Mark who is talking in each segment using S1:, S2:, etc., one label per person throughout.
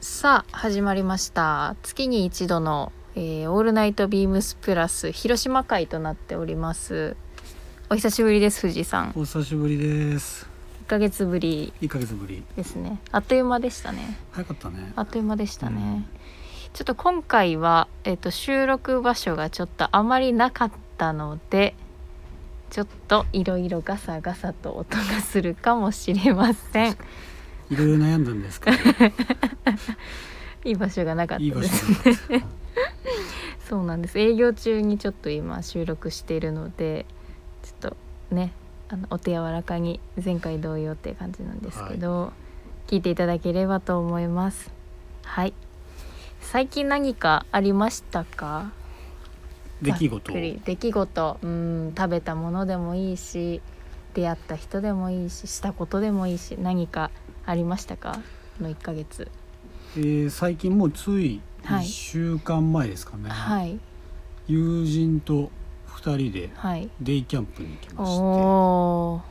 S1: さあ始まりました月に一度の、えーオールナイトビームスプラス広島会となっておりますお久しぶりです藤井さん
S2: お久しぶりです
S1: 1ヶ月ぶり
S2: 1ヶ月ぶり
S1: ですねあっという間でしたね
S2: 早かったね
S1: あっという間でしたね、
S2: うん
S1: ちょっと今回は、えっと収録場所がちょっとあまりなかったのでちょっといろいろガサガサと音がするかもしれません
S2: いろいろ悩んだんで すけど
S1: いい場所がなかった
S2: いい場
S1: で
S2: 所
S1: す
S2: だな
S1: そうなんです営業中にちょっと今収録しているのでちょっとねあのお手柔らかに前回同様っていう感じなんですけど、聞いていただければと思いますはい最近何かありましたか
S2: 出来事
S1: ざっくり出来事うん食べたものでもいいし出会った人でもいいししたことでもいいし何かありましたかこの1ヶ月
S2: えー最近もうつい
S1: は
S2: 1
S1: い
S2: 週間前ですかね、
S1: はい
S2: 友人と2人で
S1: はい
S2: デイキャンプに行きまし
S1: お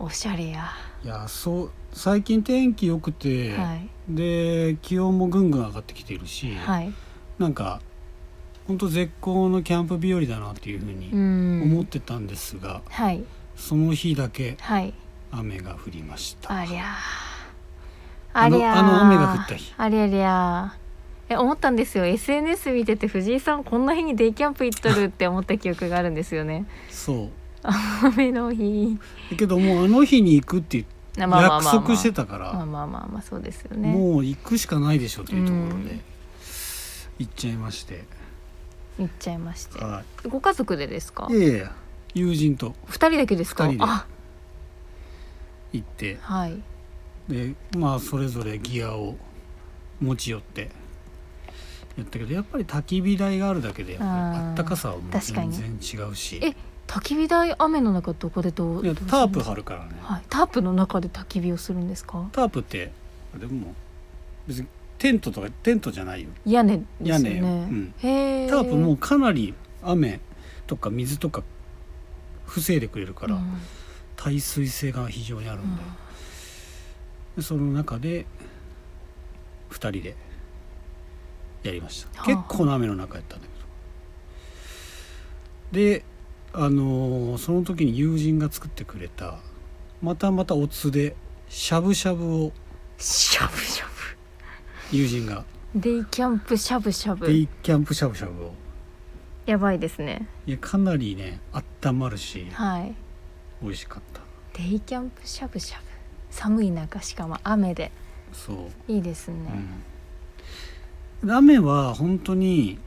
S1: ーおしゃれや、
S2: ていやそう最近天気良くて、
S1: はい
S2: で気温もぐんぐん上がってきているし、
S1: はい
S2: なんか本当絶好のキャンプ日和だなっていうふう
S1: う
S2: に
S1: ん
S2: 思ってたんですが、
S1: はい
S2: その日だけ
S1: はい
S2: 雨が降りました
S1: ありゃー
S2: あの
S1: りゃー
S2: あの雨が降った日
S1: ありゃりゃーえ思ったんですよ SNS 見てて藤井さんこんな日にデイキャンプ行っとるって思った記憶があるんですよね
S2: そう
S1: 雨の日
S2: だけどもうあの日に行くって
S1: なまあまあ
S2: 約
S1: まあまあ
S2: 束してたから、
S1: まあまあまあまあそうですよね
S2: もう行くしかないでしょというところ
S1: う
S2: で
S1: ん
S2: 行っちゃいまして、
S1: 行っちゃいまして
S2: は
S1: ご家族でですか
S2: い、いやいや友人と
S1: 二人だけですか
S2: 二人で
S1: あ
S2: 行って
S1: はい
S2: でまあそれぞれギアを持ち寄ってやったけどやっぱり焚き火台があるだけでやっぱり
S1: あー
S2: あったかさはもう
S1: 確か
S2: 全
S1: に
S2: 然違うし
S1: え焚き火台雨の中どこでどう
S2: い
S1: ど
S2: や
S1: うするんですか
S2: タープ張るからね
S1: はい、タープの中で焚き火をするんですか
S2: タープってあれも別にテントとかテントじゃないよ
S1: 屋根ですよ
S2: 屋
S1: ね
S2: 根ようん
S1: へえ
S2: タープもかなり雨とか水とか防いでくれるから、
S1: うん
S2: 耐水性が非常にあるんで,、でその中で2人でやりました、
S1: はあ
S2: 結構な雨の中やったんだけどであのーその時に友人が作ってくれたまたまたおつでしゃぶしゃぶを
S1: しゃぶしゃ
S2: 友人が
S1: ぶデイキャンプしゃぶしゃぶ
S2: デイキャンプしゃぶしゃぶを
S1: やばいですね
S2: いやかなりねあったまるし
S1: はい
S2: 美味しかった
S1: デイキャンプしゃぶしゃぶ寒い中しかも雨で
S2: そう
S1: いいですね、
S2: うん、雨は本当に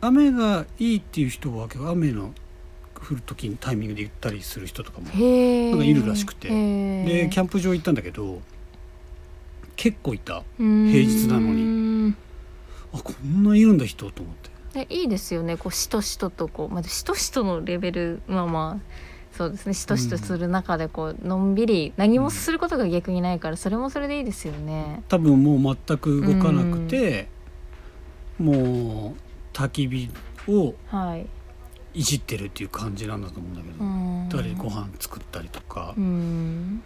S2: 雨がいいっていう人は結構雨の降る時にタイミングで行ったりする人とかも
S1: へえ
S2: なんかいるらしくてでキャ
S1: ン
S2: ンプ場行ったんだけど結構いたあ
S1: プ
S2: 平日なのに
S1: に
S2: こんないるんだ人と思って
S1: でいいですよねこうしとしととこうまあしとしとのレベルまあまあそうですねしとしとする中でこうのんびり何もすることが逆にないからそれもそれでいいですよね。
S2: 多分もう全く動かなくて、もう焚き火を
S1: はい。
S2: いじってるっていう感じなんだと思うんだけど、
S1: うん
S2: 誰にご飯作ったりとか、
S1: うん。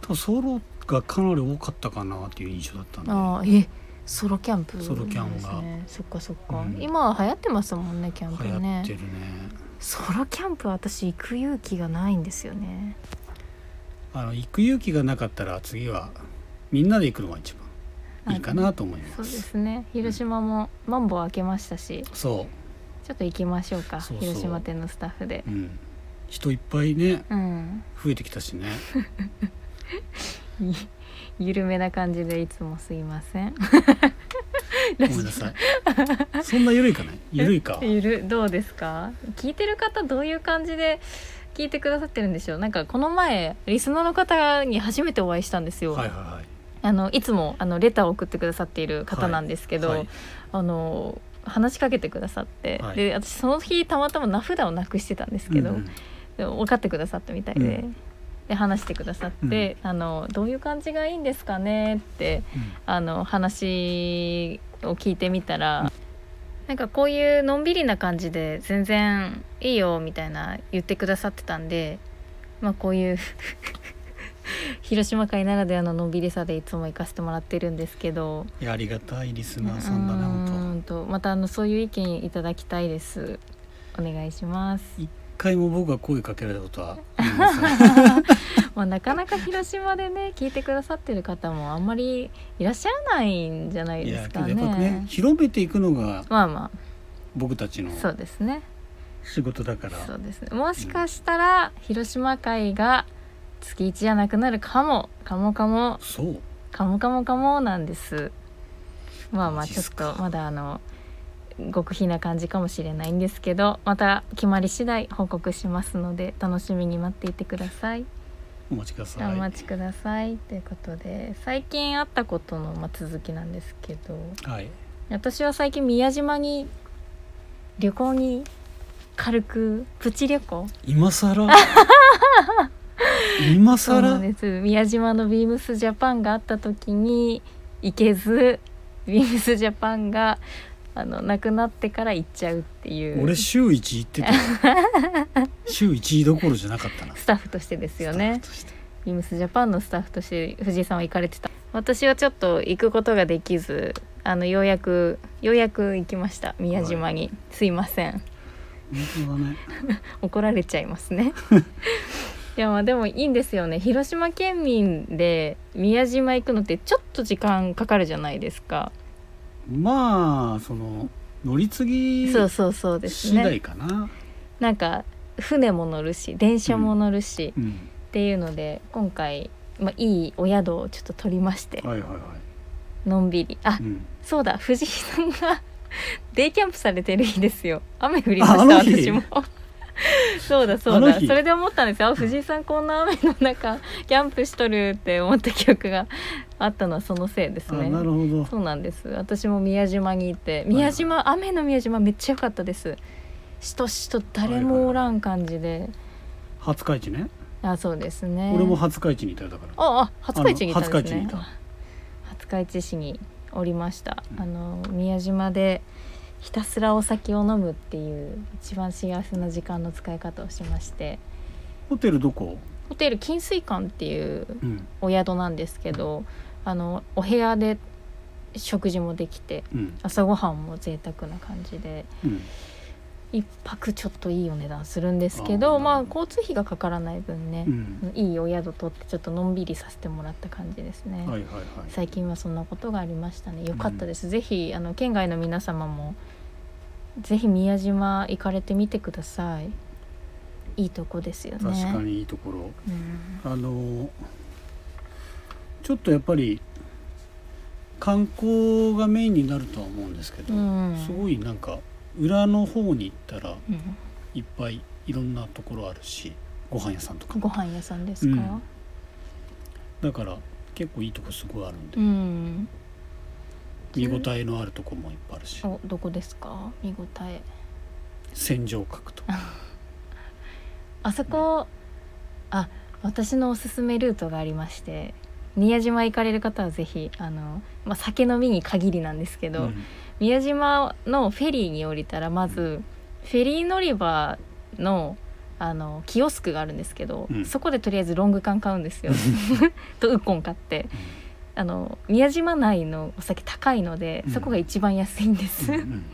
S2: 多分ソロがかなり多かったかなっていう印象だったんで
S1: ああえソロキャンプ、
S2: ソロキャンが
S1: ね。そっかそっか、
S2: うん
S1: 今は流行ってますもんねキャンプ
S2: 流行って
S1: ね。
S2: るね
S1: ソロキャンプ私行く勇気がないんですよね。
S2: あの行く勇気がなかったら次はみんなで行くのが一番いいかなと思い
S1: そ
S2: ま
S1: うですすね広島もマンボウ開けましたし
S2: そ
S1: ちょっと行きましょうか
S2: そうそう
S1: 広島店のスタッフで
S2: う。うん人いっぱいね
S1: うん。
S2: 増えてきたしね
S1: 緩めな感じでいつもすいません。
S2: ごめんなさいそんな緩 いかね緩いか
S1: ゆるどうですか？聞いてる方どういう感じで聞いてくださってるんでしょう。なんかこの前リスナーの方に初めてお会いしたんですよ。
S2: はいはいはい
S1: あのいつもあのレターを送ってくださっている方なんですけど、
S2: はい
S1: あの話しかけてくださって、
S2: はい
S1: で私その日たまたま名札をなくしてたんですけど、
S2: うんうん
S1: でも分かってくださったみたいで。
S2: うん
S1: で話してくださって、あのどういう感じがいいんですかねってあの話を聞いてみたら、なんかこういうのんびりな感じで全然いいよみたいな言ってくださってたんでまあこういう 広島会ならではののんびりさでいつも行かせてもらってるんですけど
S2: いやありがたいリスナーさんだね
S1: う
S2: 本
S1: んとまたあのそういう意見いただきたいですお願いします
S2: 当一回も僕が声かけられたこ とはありません
S1: まあなかなか広島でね 聞いてくださってる方もあんまりいらっしゃらないんじゃない
S2: い
S1: で
S2: や
S1: す
S2: け
S1: か
S2: ど
S1: ね
S2: やっぱね広めていくのが
S1: まあま
S2: 僕たちの
S1: あそうですね
S2: 仕事だから
S1: そうですねもしかしたら広島会が月1じゃなくなるかもかもかも
S2: そう
S1: カモカモカモなんですまあま
S2: マ
S1: あ
S2: ジっ
S1: ちょっ
S2: すか
S1: とまだあの極秘な感じかもしれないんですけどまた決まり次第報告しますので楽しみに待っていてください
S2: お待ちください
S1: お待ちくださいということで最近あったことのまあ続きなんですけど
S2: はい
S1: 私は最近宮島に旅行に軽くプチ旅行
S2: 今さ ら今
S1: そ
S2: さ
S1: うなん
S2: ら
S1: です宮島のビームスジャパンがあった時に行けずビームスジャパンがあのなくなってから行っちゃうっていう
S2: 俺週一行っ てた週一どころじゃなかったな
S1: スタッフとしてですよね
S2: スタッフとして
S1: ビームスジャパンのスタッフとして藤井さんは行かれてた私はちょっと行くことができずあのようやくようやく行きました宮島に、すいません
S2: 本当だね
S1: 怒られちゃいますねいやまあでもいいんですよね広島県民で宮島行くのってちょっと時間かかるじゃないですか
S2: まあその乗り継ぎ
S1: そうそうそうです
S2: 次
S1: ね
S2: 第かな
S1: なんか船も乗るし電車も乗るし、
S2: う,、
S1: っていうので今回、まあ、いいお宿をちょっと取りまして
S2: んはいはいは
S1: のんびりあ、
S2: い、うん、
S1: そうだ藤井さんが デイキャンプされてる日ですよ雨降りまし
S2: ああ
S1: た
S2: の日
S1: 私も そうだそ
S2: あ
S1: う
S2: の
S1: だ
S2: 日
S1: それで思ったんですよあ藤井さんこんな雨の中キャンプしとるって思った記憶があったのはそのせいです
S2: あ
S1: ね
S2: なるほ ど
S1: そうなんです私も宮島にいて
S2: い
S1: 宮島、雨の宮島めっちゃ良かったですしとしと誰もおらん感じで、
S2: 初海地ね、
S1: あそうですね
S2: 俺も初海地にいたよだから
S1: ああ初海地にいたんですね
S2: あの
S1: 初海地市におりました、
S2: うん
S1: あの宮島でひたすらお酒を飲むっていう一番幸せな時間の使い方をしまして
S2: ホテルどこ
S1: ホテル金水館っていう
S2: うん
S1: お宿なんですけどあのお部屋で食事もできて
S2: うん
S1: 朝ごはんも贅沢な感じで
S2: うん
S1: 一泊ちょっといいお値段するんですけど
S2: あー
S1: まあ交通費がかからない分ね
S2: う、ん
S1: いいお宿取ってちょっとのんびりさせてもらった感じですね、
S2: はいはいはい
S1: 最近はそんなことがありましたね良かったです、ぜひあの県外の皆様もぜひ宮島行かれてみてくださいいいとこですよね
S2: 確かにいいところ
S1: うん
S2: あのちょっとやっぱり観光がメインになるとは思うんですけど、
S1: うん
S2: すごいなんか裏の方に行ったら
S1: うん
S2: いっぱいいろんなところあるしご飯屋さんとか
S1: ご飯屋さんですか、
S2: だから結構いいとこすごいあるんで
S1: う、ん、
S2: 見応えのあるとこもいっぱいあるし
S1: おどこですか見応え
S2: 戦場角とか
S1: あそこ、あ私のおすすめルートがありまして宮島行かれる方はぜひあの、まあ、酒飲みに限りなんですけど、
S2: うん
S1: 宮島のフェリーに降りたらまずフェリー乗り場のあのキオスクがあるんですけど、
S2: うん
S1: そこでとりあえずロング缶買うんですよ とウッコン買ってあの宮島内のお酒高いので
S2: うん
S1: そこが一番安いんです、
S2: うんうん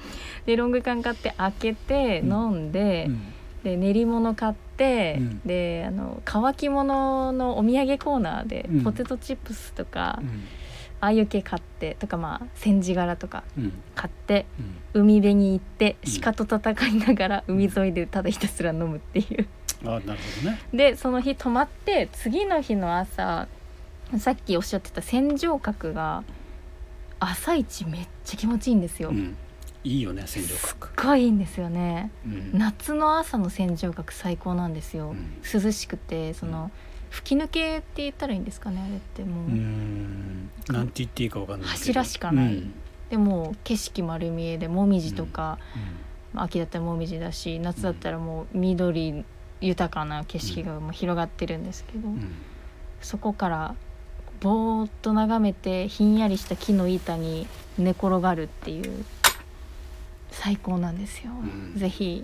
S1: でロング缶買って開けて
S2: うん
S1: 飲んで、
S2: うん
S1: で練り物買って、
S2: うん
S1: であの乾き物のお土産コーナーで
S2: うん
S1: ポテトチップスとか、
S2: う
S1: あ
S2: ん
S1: あいう系買ってとかまあ煎じ柄とか
S2: うん
S1: 買って
S2: うん
S1: 海辺に行って
S2: うん
S1: 鹿と戦いながら
S2: うん
S1: 海沿いでただひたすら飲むっていう
S2: あなるほどね
S1: でその日泊まって次の日の朝さっきおっしゃってた船上閣が朝一めっちゃ気持ちいいんですよ、
S2: うんいいよね戦場
S1: す
S2: 角
S1: っごいいいんですよね
S2: うん
S1: 夏の朝の船上閣最高なんですよ、
S2: うん
S1: 涼しくてその吹き抜けって言ったらいいんですかねあれってもう、
S2: うんなんて言っていいかわかんないけど
S1: 柱しかない
S2: うん
S1: でもう景色丸見えでもみじとか、まあ秋だったらもみじだし夏だったらもう緑豊かな景色がもう広がってるんですけど、
S2: うんうん
S1: そこからぼーっと眺めてひんやりした木の板に寝転がるっていう最高なんですよ、
S2: うん
S1: ぜひ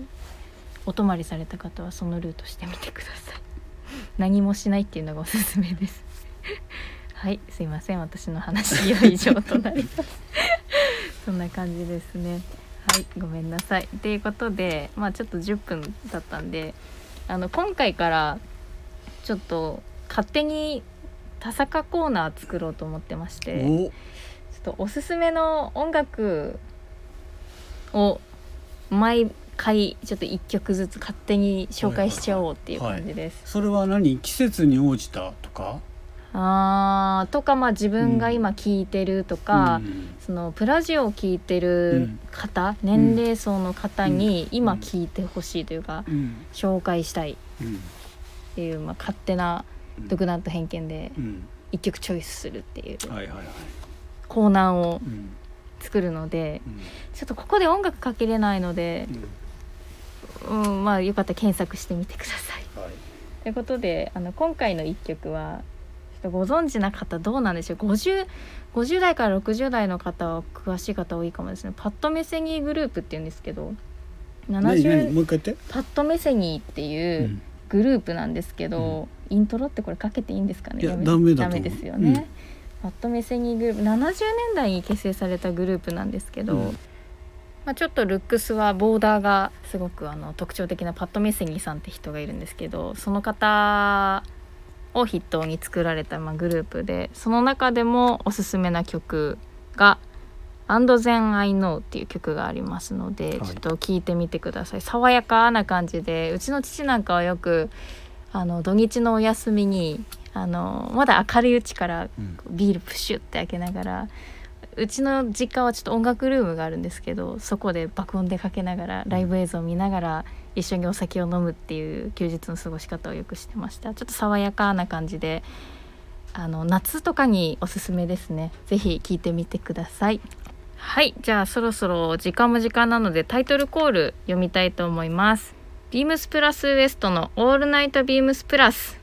S1: お泊まりされた方はそのルートしてみてください 何もしないっていうのがおすすめです はいすいません私の話は以上となります そんな感じですねはいごめんなさいということでまあちょっと10分だったんであの今回からちょっと勝手に田坂コーナー作ろうと思ってましてちょ
S2: お
S1: っとおすすめの音楽を毎回ちょっと1曲ずつ勝手に紹介しちゃおうっていう感じです。
S2: それは何季節に応じたとか
S1: あーとかまあ自分が今聴いてるとか、
S2: うん
S1: そのプラジオを聴いてる方、年齢層の方に今聴いてほしいというか、
S2: うん
S1: 紹介したいっ
S2: うん
S1: ていう、まあ、勝手な
S2: うん
S1: 独断と偏見で
S2: うん
S1: 一曲チョイスするっていう
S2: はいはいはい
S1: コーナーを
S2: うん
S1: 作るので
S2: うん
S1: ちょっとここで音楽かけれないので、うん、まあよかったら検索してみてください。
S2: うんはい
S1: ということであの今回の一曲はちょっとご存知な方どうなんでしょう 50, 50代から60代の方は詳しい方多いかもですねパッドメセニーグループっていうんですけど
S2: 何何
S1: 70
S2: もう一回言って
S1: パッドメセニーっていうグループなんですけど、イントロってこれかけていいんですかね
S2: いや
S1: め
S2: ダメだと思う
S1: ですよね、パッドメセニーグループ70年代に結成されたグループなんですけど、
S2: うん
S1: まあ、ちょっとルックスはボーダーがすごくあの特徴的なパッド・メッセニーさんって人がいるんですけどその方を筆頭に作られたまあグループでその中でもおすすめな曲が「And Then I Know」っていう曲がありますので、
S2: はい
S1: ちょっと聴いてみてください爽やかな感じでうちの父なんかはよくあの土日のお休みにあのまだ明るいうちから
S2: うん
S1: ビールプシュって開けながらうちの実家はちょっと音楽ルームがあるんですけどそこで爆音でかけながらライブ映像を見ながら一緒にお酒を飲むっていう休日の過ごし方をよくしてましたちょっと爽やかな感じであの夏とかにおすすめですねぜひ聴いてみてくださいはいじゃあそろそろ時間も時間なのでタイトルコール読みたいと思いますビームスプラスウエストのオールナイトビームスプラス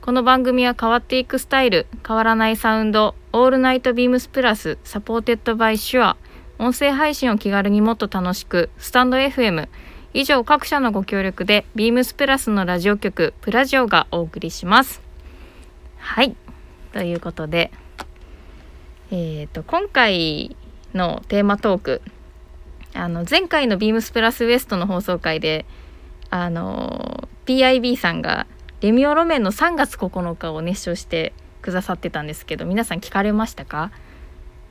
S1: この番組は変わっていくスタイル変わらないサウンドオールナイトビームスプラスサポーテッドバイシュア音声配信を気軽にもっと楽しくスタンド FM 以上各社のご協力でビームスプラスのラジオ局プラジオがお送りしますはいということでえー、と今回のテーマトークあの前回のビームスプラスウエストの放送回であの PIB さんがレミオロメンの3月9日を熱唱してくださってたんですけど皆さん聞かれましたか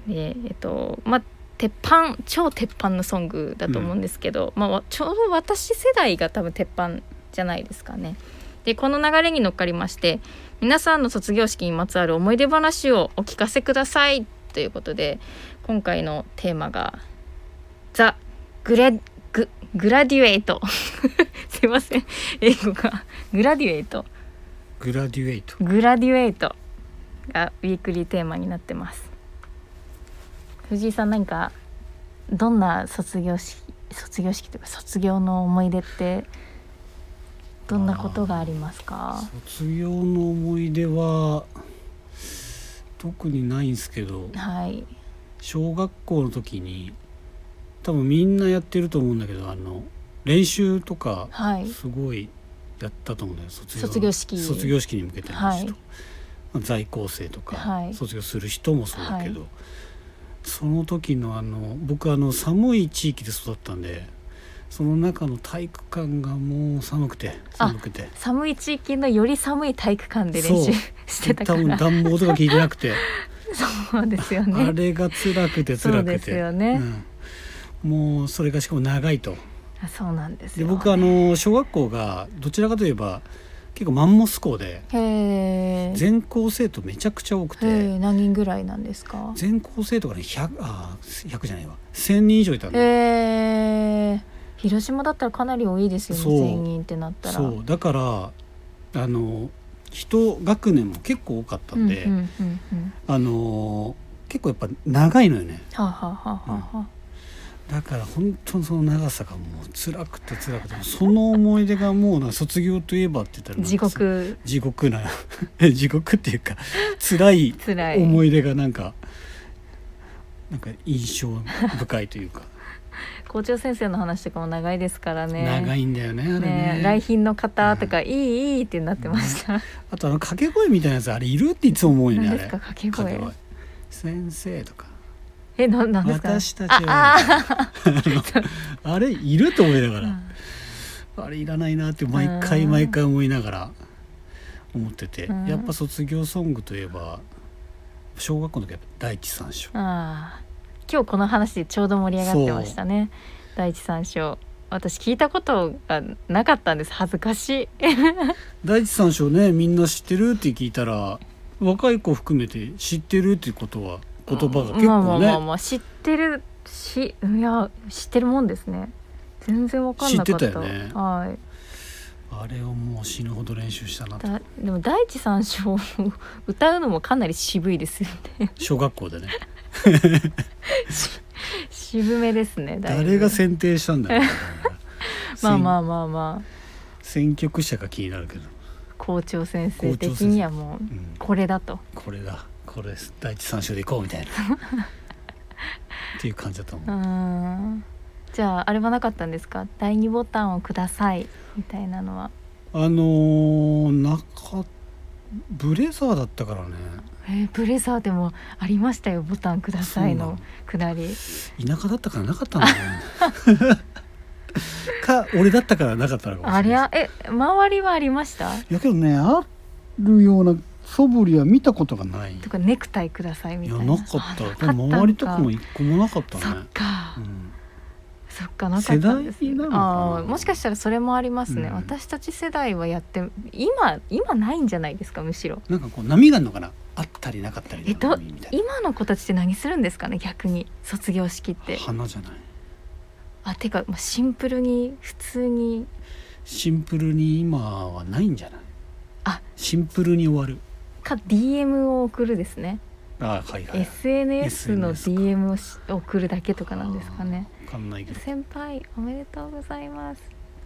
S1: でえっとまあ鉄板超鉄板のソングだと思うんですけど、まあわちょうど私世代が多分鉄板じゃないですかね。でこの流れに乗っかりまして皆さんの卒業式にまつわる思い出話をお聞かせくださいということで今回のテーマが「ザ・グレググラデュエイト」 すいません英語が「グラデュエイト」
S2: グラデュエイト
S1: 「グラデュエイト」がウィークリーテーマになってます藤井さん何かどんな卒業式卒業式というか卒業の思い出ってどんなことがありますか
S2: 卒業の思い出は特にないんですけど
S1: はい
S2: 小学校の時に多分みんなやってると思うんだけどあの練習とか
S1: はい
S2: すごいやったと思うんだよ卒
S1: 卒業式
S2: 卒業式に向けての人、
S1: はい
S2: まあ在校生とか、
S1: はい
S2: 卒業する人もそうだけど、その時のあの僕あの寒い地域で育ったんでその中の体育館がもう寒くて
S1: あ
S2: 寒くて
S1: 寒い地域のより寒い体育館で練
S2: そ
S1: 習
S2: う
S1: してたか
S2: 多分
S1: ら
S2: 暖房とか効いてなくて
S1: そうですよ
S2: あ
S1: ね
S2: れが辛くて
S1: そ
S2: 辛
S1: う
S2: く
S1: です
S2: て、
S1: よね、
S2: うん、もうそれがしかも長いと。
S1: あそうなんです
S2: で
S1: よ
S2: 僕あの小学校がどちらかといえば結構マンモス校で
S1: へえ
S2: 全校生徒めちゃくちゃ多く
S1: へ
S2: て
S1: え何人ぐらいなんですか
S2: 全校生徒がね100あ100じゃないわ1,000人以上いたん
S1: へ
S2: で
S1: え広島だったらかなり多いですよね
S2: そう
S1: 全員ってなったら
S2: そうだからあの人学年も結構多かったんで、
S1: うんうんうんうん
S2: あの結構やっぱ長いのよね
S1: はあ、はあはあはあはあ
S2: だから本当にその長さがもう辛くて辛くてその思い出がもうな卒業といえばって言ったらなんか
S1: 地獄
S2: 地獄な 地獄っていうか辛い
S1: つらい
S2: 思い出がなんかなんか印象深いというか
S1: 校長先生の話とかも長いですからね
S2: 長いんだよねあれね
S1: ね来賓の方とか「いいいい」ってなってました、
S2: あとあの掛け声みたいなやつあれいるっていつも思うよねあ
S1: 何
S2: れ
S1: ですか掛け声
S2: 掛先生とか
S1: えななんですか
S2: 私たち
S1: ああ
S2: はあれいると思いなが
S1: ー
S2: ら、あれいらないなって毎回毎回思いながら思ってて、
S1: うん
S2: やっぱ卒業ソングといえば小学校の時は第一三章
S1: あー今日この話でちょうど盛り上がってましたね第一三章私聞いたことがなかったんです恥ずかしい
S2: 第一三章ねみんな知ってるって聞いたら若い子含めて知ってるってことは言葉が結
S1: まあまあ
S2: 構
S1: まあ
S2: ね
S1: まあ知ってるしいや知ってるもんですね全然わかんなかった
S2: 知ってたよね
S1: はい
S2: あれをもう死ぬほど練習したなと
S1: だでも第一三章を歌うのもかなり渋いですよね
S2: 小学校でね
S1: 渋めですねだいぶ
S2: 誰が選定したんだろうね
S1: まあま
S2: 選
S1: あまあまあ
S2: 選曲者が気になるけど、
S1: 校長先生
S2: 校長先
S1: 的
S2: 生
S1: にはもう
S2: うん、
S1: これだと
S2: これだこれです第一三章でいこう みたいなっていう感じだと
S1: う
S2: 思う
S1: ーんじゃああれはなかったんですか第二ボタンをくださいみたいなのは
S2: あのー、なかブレザーだったからね
S1: えーブレザーでもありましたよボタンください
S2: そう
S1: の
S2: なの
S1: くだり
S2: 田舎だったからなかったんだよね か俺だったからなかったのかも
S1: あ
S2: し
S1: り
S2: れない
S1: ゃえ周りはありました
S2: いやけどねあるような素振りは見たことがないい
S1: とかネクタイくださいみ
S2: や
S1: たいな
S2: なかった
S1: あな
S2: でも
S1: ん
S2: 周りとかも一個もなかった
S1: そ
S2: ね
S1: っか、
S2: うん
S1: そっかなかったんですね
S2: 世代なのかな
S1: あーもしかしたらそれもありますね、
S2: うん
S1: 私たち世代はやって今今ないんじゃないですかむしろ
S2: なんかこう波があるのかなあったりなかったり
S1: えっと
S2: の波みたい
S1: 今の子たちって何するんですかね逆に卒業式っ
S2: な
S1: て
S2: 花じゃない
S1: あてかまあシンプルに普通に
S2: シンプルに今はないんじゃない
S1: あ
S2: シンプルに終わる
S1: か DM を送るですね、
S2: あはいはい
S1: SNS の
S2: SNS か
S1: DM をし送るだけとかなんですかね
S2: わかんないけど、
S1: 先輩おめでとうございます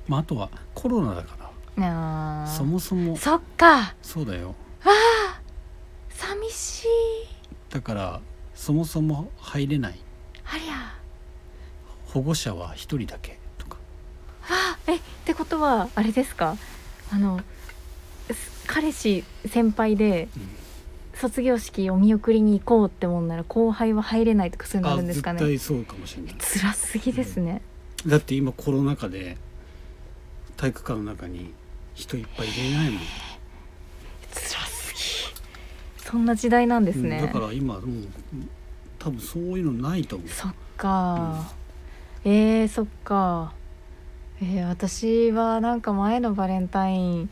S2: まあ、あとはコロナだか
S1: あ
S2: ら
S1: ー
S2: そもそも
S1: そっか
S2: そうだよ
S1: 寂しい
S2: だからそもそも入れない
S1: ありゃ
S2: 保護者は一人だけとか
S1: あえってことはあれですかあのす彼氏先輩で
S2: うん
S1: 卒業式を見送りに行こうってもんなら後輩は入れないとかそういうのあるんですか
S2: 絶
S1: ね
S2: 対そうかもしれない
S1: 辛すぎですね、
S2: だって今コロナ禍で体育館の中に人いっぱい入れないもん、
S1: 辛すぎそんな時代なんですね、
S2: うんだから今もう多分そういうのないと思う
S1: そっか、えー、そっかえー、私はなんか前のバレンタイン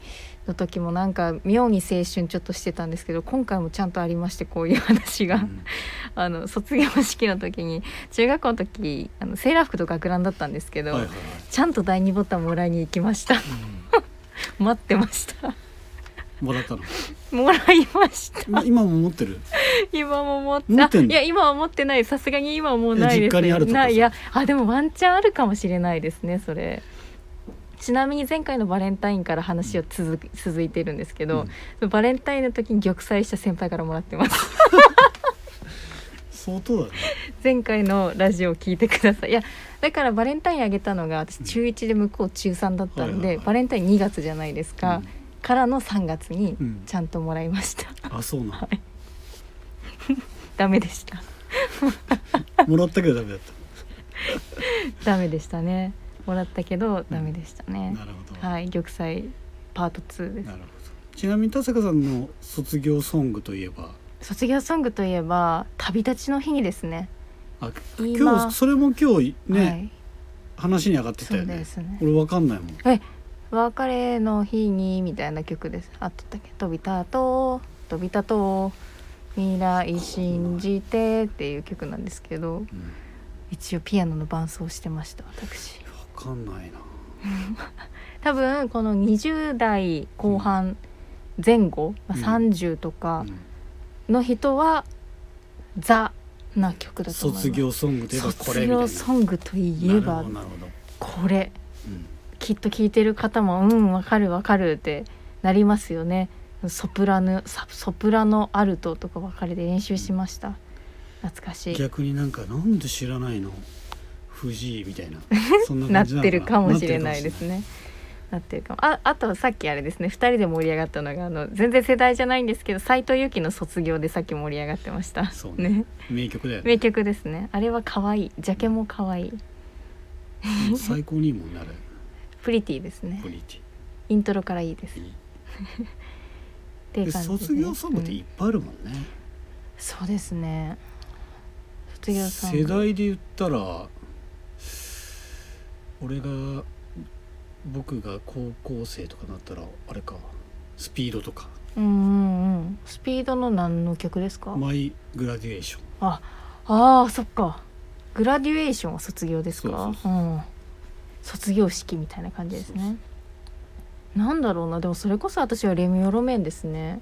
S1: の時もなんか妙に青春ちょっとしてたんですけど今回もちゃんとありましてこういう話が、
S2: うん
S1: あの卒業式の時に中学校の時あのセーラー服と学ランだったんですけど、
S2: はいはいはい、
S1: ちゃんと第二ボタンもらいに行きました待ってました
S2: うん、もらったの
S1: もらいました
S2: ま今も持ってる
S1: 今も持って
S2: 持ってんの
S1: いや今は持ってないですさすがに今はもうないです
S2: 実家にあるとかさ
S1: ないいやあでもワンチャンあるかもしれないですねそれちなみに前回のバレンタインから話を続く続いてるんですけど、バレンタインの時に玉砕した先輩からもらってます
S2: 相当だね
S1: 前回のラジオを聞いてくださいいやだからバレンタインあげたのが私中1で向こう中3だったんで、
S2: はいはいはい
S1: バレンタイン2月じゃないですか、からの3月に
S2: うん
S1: ちゃんともらいました、
S2: あそうな
S1: ダメでした
S2: のもらったけどダメだっ
S1: ダメでしたねもらったけどダメでしたね、
S2: たなるほど、
S1: はい、玉砕パート2で
S2: なるほどちなみに田坂さんの卒業ソングといえば
S1: す。卒業ソングといえば旅立ちの日にですね。
S2: あ
S1: 今
S2: 今日それも今日ね、
S1: はい、
S2: 話に上がってたよ
S1: そう
S2: ね
S1: ですね。
S2: 俺わかんないもん
S1: 別れの日にみたいな曲です。あったっけ？飛びたと飛びたと未来信じてっていう曲なんですけど、
S2: うん
S1: 一応ピアノの伴奏をしてました私。
S2: わかんないな
S1: 多分この20代後半前後、まあ、
S2: うん
S1: 30とか
S2: うん
S1: の人は、ザな曲だと思います。
S2: 卒業ソングといえばこれ
S1: 卒
S2: みたいな
S1: 業ソングといえば
S2: なるほどなるほど、
S1: これ
S2: うん
S1: きっと聴いてる方もうんわかるわかるってなりますよねソプラノサソプラノアルトとかばかりで練習しました懐かしい
S2: 逆になんかなんで知らないの藤井み たいなそん
S1: なっ
S2: な感じの
S1: てるかもしれないで
S2: なってるかもし
S1: す
S2: れ
S1: ね。なってるかもああとさっきあれですね2人で盛り上がったのがあの全然世代じゃないんですけど斎藤由貴の卒業でさっき盛り上がってました
S2: そうね名曲だよ
S1: 名
S2: ね
S1: 曲ですねあれは可愛いジャケも可愛い
S2: うん最高にいいもんなる
S1: プリティですね
S2: プリテ
S1: イントロからいいです
S2: ィ
S1: っ
S2: いい
S1: ていう
S2: で
S1: 感じですね
S2: 卒業ソングって
S1: うん
S2: いっぱいあるもんね、
S1: そうですね卒業ソング
S2: 世代で言ったら俺が僕が高校生とかになったらあれかスピードとか
S1: うんうんうんスピードの何の曲ですか、
S2: マイグラデュエーション
S1: ああーそっかグラデュエーションは卒業ですか
S2: そうそうそ
S1: ん、卒業式みたいな感じですねなんだろうなでもそれこそ私はレミオロメンですね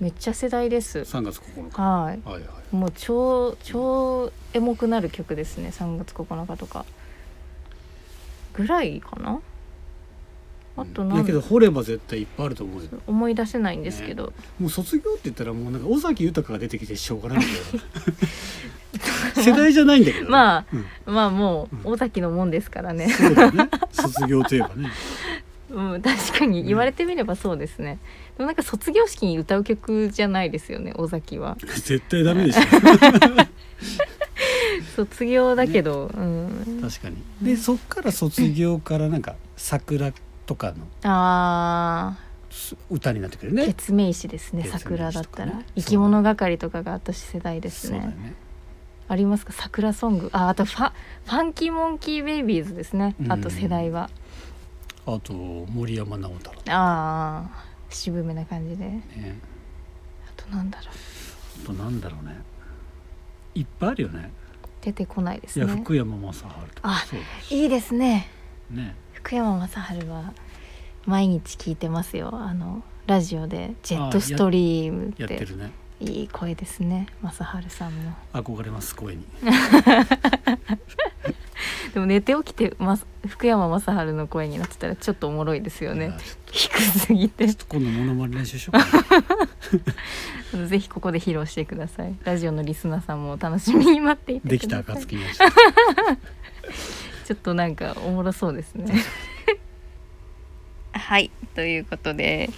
S1: めっちゃ世代です
S2: 3月9日
S1: はい
S2: はいはい
S1: もう超超エモくなる曲ですね3月9日とかぐらいかなあと
S2: うん
S1: 何
S2: だけど掘れば絶対いっぱいあると思うよ
S1: 思い出せないんですけど、
S2: もう卒業って言ったらもうなんか尾崎豊が出てきてしょうが ないんだよ世代じゃないんだけどね、
S1: まあ
S2: うん
S1: まあも
S2: うん
S1: う尾崎のもんですからね、
S2: そうだよね卒業といえばね
S1: うん、確かに言われてみればそうですね、でもなんか卒業式に歌う曲じゃないですよね尾崎は
S2: 絶対ダメでしょ
S1: 卒業だけど、うん
S2: 確かにでそっから卒業からなんか桜とかの
S1: あ
S2: す歌になってくる
S1: ー
S2: ね
S1: 月明石ですね
S2: 月明石
S1: 桜だったら、
S2: とかね
S1: 生き物係とかが私世代です
S2: そうだよ
S1: ね
S2: ね
S1: ありますか桜ソングああとファファンキーモンキーベイビーズですね
S2: うん
S1: あと世代は、
S2: あと森山直太朗
S1: ああ渋めな感じで
S2: ね
S1: あとなんだろう
S2: あとなんだろうねいっぱいあるよね
S1: 出てこないで
S2: い
S1: す
S2: や
S1: ね
S2: 福山雅治とか
S1: あ
S2: そうだし
S1: いいですね
S2: ね
S1: 福山雅治は毎日聞いてますよあのラジオで「ジェットストリーム」っ
S2: やって
S1: て
S2: るね
S1: いい声ですね雅治さんも
S2: 憧れます声に
S1: でも寝て起きて、ま、福山雅治の声になってたらちょっとおもろいですよ
S2: い
S1: ね
S2: やちょっ
S1: 低すぎて
S2: と今度モノマネ練習しようか な
S1: ぜひここで披露してくださいラジオのリスナーさんもお楽しみに待っていて
S2: で
S1: く
S2: き
S1: だ
S2: た
S1: さい
S2: 暁にはちょっ
S1: ちょっとなんかおもろそうですね。 はいということで、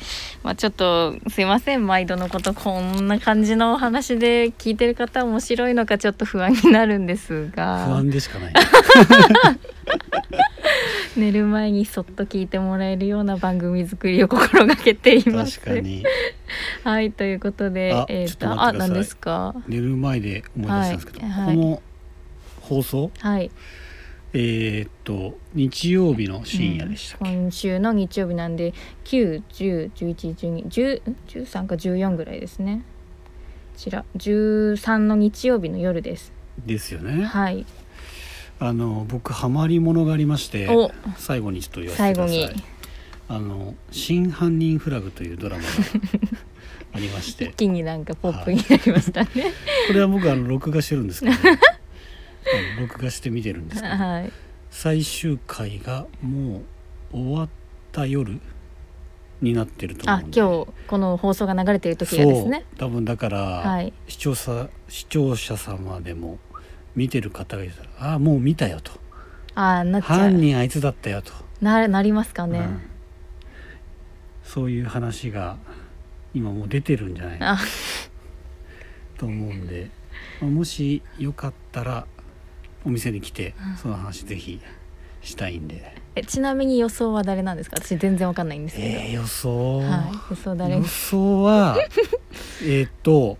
S1: まあ、ちょっとすいません毎度のことこんな感じのお話で聞いてる方面白いのかちょっと不安になるんです
S2: と
S1: が
S2: 不安でしかない
S1: 寝る前にそっと聞いてもらえるような番組作りを心がけています。
S2: 確かに
S1: はいということで
S2: あ
S1: えー
S2: ちょっと
S1: あ
S2: 待ってください
S1: 何ですか
S2: 寝る前で思い出したんですけど、
S1: はいはい
S2: この放送
S1: はい
S2: えーっと日曜日の深夜でしたっけ、
S1: うん今週の日曜日なんで910111213か14ぐらいですねこちら13の日曜日の夜です
S2: ですよね
S1: はい
S2: あの僕ハマりものがありまして
S1: お
S2: 最後にちょっと言わせ
S1: 最
S2: てく
S1: 後
S2: ださ
S1: に
S2: いあの「真犯人フラグ」というドラ マがありまし
S1: 一
S2: て
S1: 気になんかポップになりま したね
S2: これは僕あの録画してる んですけどあの録画して見てるんですけど
S1: はい
S2: 最終回がもう終わった夜になってると
S1: あ
S2: 思うんで
S1: 今日この放送が流れている時がですね
S2: そう多分だから、
S1: はい
S2: 視聴者視聴者様でも見てる方がいたら「ああもう見たよ」と
S1: あーな
S2: 「
S1: っちゃ
S2: 犯
S1: う
S2: 人あいつだったよと」
S1: ななりますかね、
S2: うんそういう話が今もう出てるんじゃないか
S1: あ
S2: と思うんで、まあもしよかったらお店に来てその話ぜひしたいんで、
S1: えちなみに予想は誰なんですか私全然わかんないんですけど、
S2: えー、予想、
S1: はい予想誰
S2: 予想 はえーっと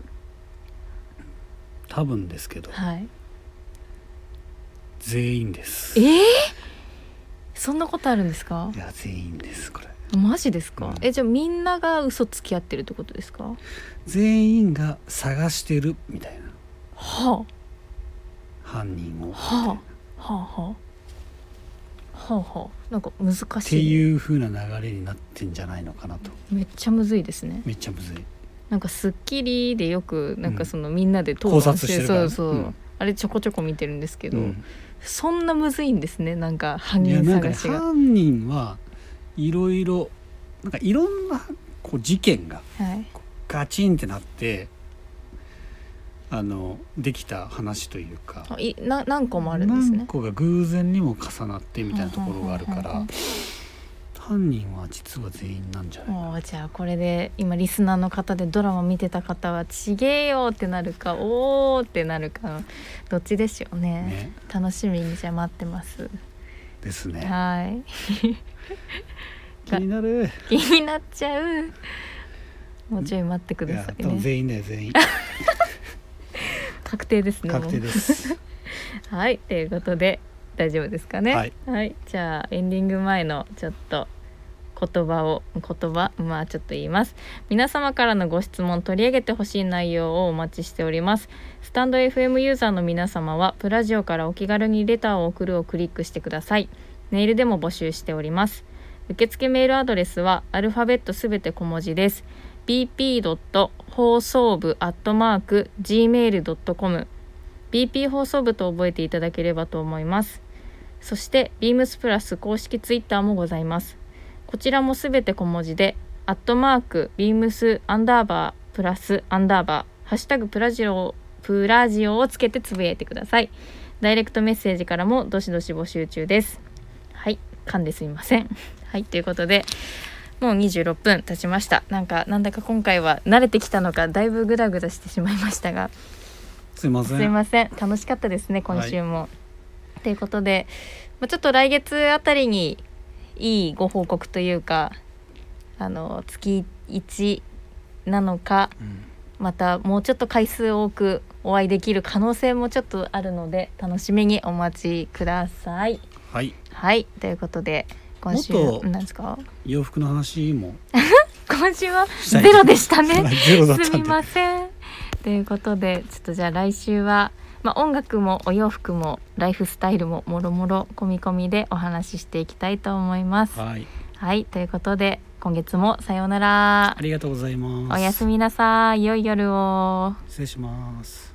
S2: 多分ですけど
S1: はい
S2: 全員です
S1: え
S2: い
S1: ー、そんなことあるんですか
S2: や全員ですこれ
S1: マジですか、
S2: うん
S1: えじゃあみんなが嘘つき合ってるってことですか
S2: 全員が探してるみたいな
S1: は
S2: 犯人を
S1: あはあはあはあはあはあなんか難しい
S2: っていう風な流れになってんじゃないのかなと
S1: めっちゃむずいですね
S2: めっちゃむずい
S1: なんか『スッキリ』でよくなん
S2: う
S1: か
S2: ん
S1: そのみんなで討
S2: 考
S1: 論
S2: 察してるからね
S1: そうそう、
S2: うん
S1: あれちょこちょこ見てるんですけど、
S2: うん
S1: そんなむずいんですねなんか犯
S2: いや
S1: 人
S2: なん
S1: 探
S2: かね
S1: しが、
S2: 犯人はいろいろなんかいろんなこう事件が
S1: はい
S2: ガチンってなってあのできた話というか
S1: あいな何個もあるんですね
S2: 何個が偶然にも重なってみたいなところがあるか
S1: うんうんうんう
S2: ら
S1: ん
S2: 犯人は実は全員なんじゃない
S1: おーじゃあこれで今リスナーの方でドラマ見てた方は「ちげえよ」ってなるか「おお」ってなるかどっちでしょうね
S2: ね
S1: 楽しみにじゃあ待ってます、
S2: ですね
S1: はい
S2: 気になる
S1: 気になっちゃうもうちょい待ってく
S2: い
S1: だ
S2: や
S1: さい
S2: 多分
S1: ね
S2: 全員だよ 全員
S1: 確定ですねもう
S2: 確定です
S1: はいということで大丈夫ですかね
S2: はい、
S1: じゃあエンディング前のちょっと言葉を言葉まあちょっと言います皆様からのご質問取り上げてほしい内容をお待ちしておりますスタンド FM ユーザーの皆様はプラジオからお気軽にレターを送るをクリックしてくださいメールでも募集しております受付メールアドレスはアルファベットすべて小文字です bp. 放送部 gmail.com BP 放送部と覚えていただければと思いますそして beams プラス公式ツイッターもございますこちらもすべて小文字でアットマーク beams アンダーバープラスアンダーバーハッシュタグプラジオプラジオをつけてつぶやいてくださいダイレクトメッセージからもどしどし募集中ですはい噛んですみません はいということでもう26分経ちましたなんかなんだか今回は慣れてきたのかだいぶグダグダしてしまいましたが
S2: すいません
S1: すいません楽しかったですね今週も。と、い、うことで、まあ、ちょっと来月あたりにいいご報告というかあの月1なのか
S2: うん
S1: またもうちょっと回数多くお会いできる可能性もちょっとあるので楽しみにお待ちください。
S2: はい
S1: はいということで今週
S2: もっと
S1: なんですか
S2: 洋服の話も
S1: 今週は
S2: したい
S1: ゼロでしたね。
S2: ゼロだった
S1: すみ
S2: んで
S1: ません。ということでちょっとじゃあ来週は、まあ、音楽もお洋服もライフスタイルももろもろ込み込みでお話ししていきたいと思います。は
S2: はい
S1: いということで今月もさようなら
S2: ありがとうございます
S1: おやすみなさい良い夜を。
S2: 失礼します